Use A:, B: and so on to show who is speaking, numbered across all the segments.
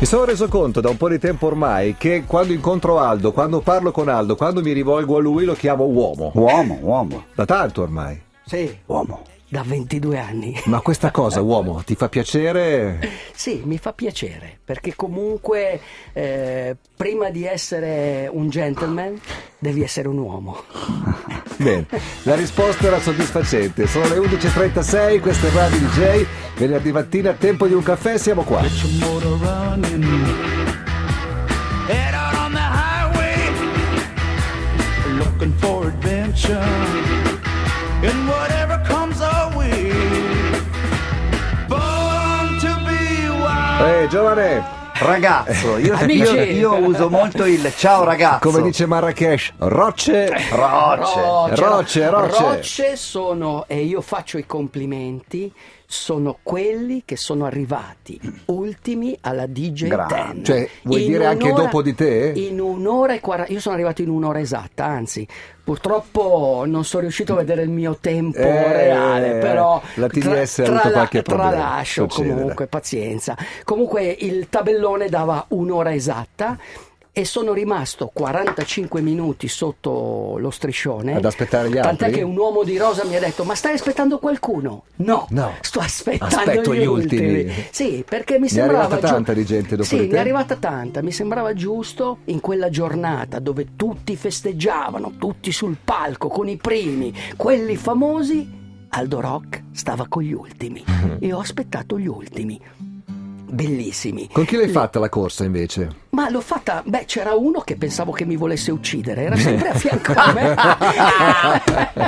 A: Mi sono reso conto da un po' di tempo ormai che quando incontro Aldo, quando parlo con Aldo, quando mi rivolgo a lui lo chiamo uomo.
B: Uomo, uomo,
A: Da tanto ormai.
C: Sì,
B: uomo.
C: da 22 anni.
A: Ma questa cosa, uomo, ti fa piacere?
C: Sì, mi fa piacere, perché comunque eh, prima di essere un gentleman devi essere un uomo.
A: Bene, la risposta era soddisfacente. Sono le 11.36, questo è Radio DJ. Venerdì mattina, tempo di un caffè, siamo qua.
D: Get your motor running. Head out on the highway, looking for adventure. And whatever comes our way, born to be wild.
A: Ehi, Eh, giovane! eh,
B: Ragazzo, io,
C: Amici.
B: io- io uso molto il ciao ragazzo.
A: Come dice Marrakesh, rocce!
B: Rocce.
A: Rocce, rocce.
C: Rocce sono, e io faccio i complimenti, sono quelli che sono arrivati ultimi alla DJ
B: Grande.
C: 10.
A: Cioè, vuoi dire anche dopo di te?
C: In un'ora e quaranta, io sono arrivato in un'ora esatta, anzi, purtroppo non sono riuscito a vedere il mio tempo
A: Eh,
C: reale, però...
A: la TDS ha avuto qualche problema,
C: Tralascio,
A: succede,
C: comunque,
A: dai.
C: pazienza. Comunque il tabellone dava un'ora esatta e sono rimasto 45 minuti sotto lo striscione.
A: Ad aspettare gli altri?
C: Tant'è che un uomo di rosa mi ha detto: Ma stai aspettando qualcuno? No,
A: No.
C: sto aspettando
A: Aspetto
C: gli,
A: gli ultimi.
C: Sì, perché mi
A: Ne è
C: sembrava.
A: arrivata
C: giu-
A: tanta di gente dopo
C: Sì,
A: di
C: ne
A: te?
C: è arrivata tanta. Mi sembrava giusto in quella giornata dove tutti festeggiavano, tutti sul palco con i primi, quelli famosi. Aldo Rock stava con gli ultimi e ho aspettato gli ultimi. Bellissimi.
A: Con chi l'hai fatta la corsa invece?
C: Ma l'ho fatta, beh, c'era uno che pensavo che mi volesse uccidere, era sempre a fianco a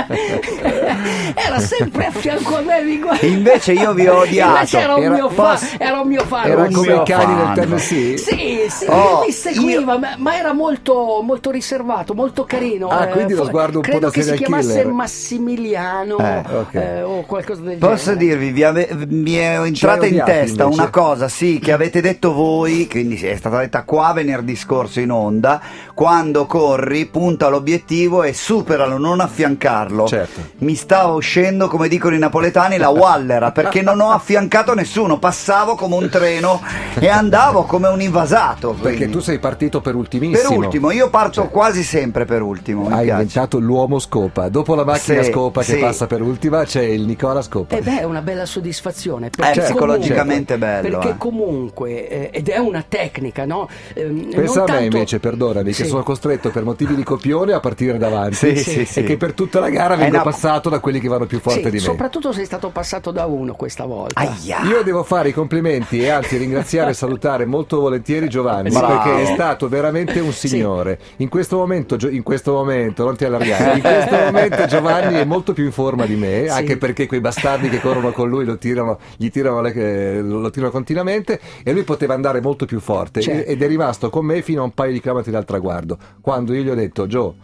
C: me. era sempre a fianco a me, mi guarda-
B: Invece io vi ho odiato.
C: Invece era un
A: Era-
C: mio fan,
A: posso-
C: era un mio fan.
A: Era
B: un
A: come
B: mio
A: i cani del
B: fan.
A: Tennessee?
C: Sì, sì,
B: Oh,
C: mi seguiva, ma- ma era molto, molto riservato, molto carino.
A: Ah, quindi lo
C: fa-
A: sguardo un po'
C: credo
A: da
C: che si
A: serial
C: chiamasse
A: killer.
C: Massimiliano
B: Eh,
A: ok.
C: eh, o qualcosa del
B: Posso
C: genere.
B: dirvi, vi ave- mi è entrata in
A: odiati,
B: testa
A: invece.
B: una cosa, sì, che avete detto voi, quindi sì, è stata detta qua venerdì scorso in onda, quando corri, punta all'obiettivo e superalo, non affiancarlo.
A: Certo.
B: Mi stava uscendo, come dicono i napoletani, la wallera, perché non ho affiancato nessuno, passavo come un treno e andavo come un invasato.
A: Perché
B: quindi.
A: tu sei partito per ultimissimo.
B: Per ultimo, io parto quasi sempre per ultimo, mi
A: Hai
B: piace.
A: inventato l'uomo scopa. Dopo la macchina
B: Sì,
A: scopa che
B: sì.
A: passa per ultima c'è il Nicola scopa.
C: Eh beh, è una bella soddisfazione. perché
B: Eh, psicologicamente
C: comunque-
B: bello,
C: Perché
B: eh.
C: comunque, eh, ed è una tecnica, no? Ehm,
A: Pensa
C: non
A: a me
C: tanto-
A: invece, perdonami, che
C: Sì.
A: sono costretto per motivi di copione a partire davanti
B: Sì, sì,
A: e
B: sì. Eh
A: che per tutta la gara
B: È
A: vengo
B: una-
A: passato da quelli che vanno più
C: Sì,
A: forte di me.
C: soprattutto sei stato passato da uno questa volta.
B: Aia.
A: Io devo fare i complimenti e anzi ringraziare e salutare molto volentieri Giovanni
B: Bravo.
A: perché è stato veramente un
C: Sì.
A: signore. In questo momento, Gio- in questo momento, non ti allargare, in questo momento Giovanni è molto più in forma di me,
C: Sì.
A: anche perché quei bastardi che corrono con lui lo tirano, gli tirano le- eh, lo tirano continuamente e lui poteva andare molto più forte
C: Certo.
A: ed è rimasto con me fino a un paio di chilometri dal traguardo. Quando io gli ho detto, Gio,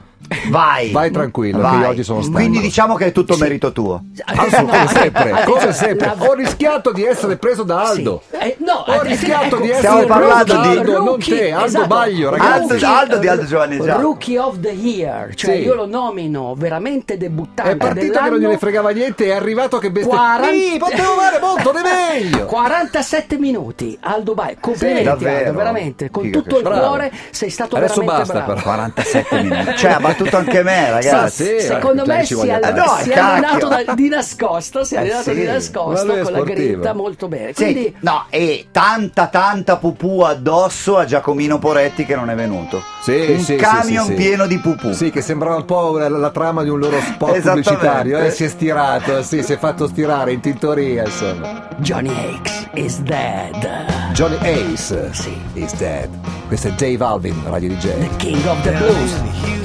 B: Vai.
A: vai tranquillo, che
B: Vai.
A: io oggi sono stanco.
B: Quindi diciamo che è tutto
C: Sì.
B: merito tuo.
A: Anzi, Ah,
C: No,
A: come sempre,
C: attenzione,
A: come sempre,
C: la-
A: ho rischiato di essere preso da
C: Sì.
A: Aldo.
C: Eh, no,
A: ho
C: attenzione,
A: rischiato
C: ecco,
A: di
B: Stiamo
A: essere preso
B: parlando
A: da
B: di-
A: Aldo, non
C: Rookie,
A: te, Aldo
C: esatto.
A: Baglio, ragazzi.
B: Aldo- Aldo di Aldo Giovanni, esatto. già.
C: Rookie of the Year, cioè
A: Sì.
C: io lo nomino veramente debuttante
A: È partito che non
C: dell'anno.
A: gliene fregava niente, è arrivato che bestia.
C: 40
A: Sì, potevo fare molto di meglio.
C: 47 minuti Aldo Bai, complimenti
B: davvero.
C: Aldo, veramente, con
B: Figa
C: tutto
B: che
C: il
A: bravo.
C: cuore sei stato
A: Adesso
C: veramente
A: basta
C: bravo.
A: però.
B: 47 minuti. Cioè, ha battuto anche me, ragazzi.
A: Sì,
C: Secondo
A: dai,
C: me
A: cioè, ci
C: si
A: voglio
C: è,
A: andare.
B: Eh no,
C: si è
B: cacchio.
C: allenato da- di nascosto, si è
B: Eh
C: allenato
B: sì,
C: di
A: ma lui è
C: nascosto con la
A: sportivo.
C: grinta molto bene.
B: Sì,
C: Quindi
B: no, e tanta tanta pupù addosso a Giacomino Poretti che non è venuto.
A: Sì,
B: un
A: sì, sì,
B: camion
A: sì, sì.
B: pieno di pupù.
A: Sì, che sembrava un po' la, la trama di un loro spot
B: Esattamente.
A: pubblicitario. Eh, si è stirato, sì, si è fatto stirare in tintoria, insomma.
C: Johnny Hicks is dead.
A: Johnny Ace
C: Sì.
A: is dead. Questo è Dave Alvin, Radio DJ.
C: The King of the Blues.
D: Hear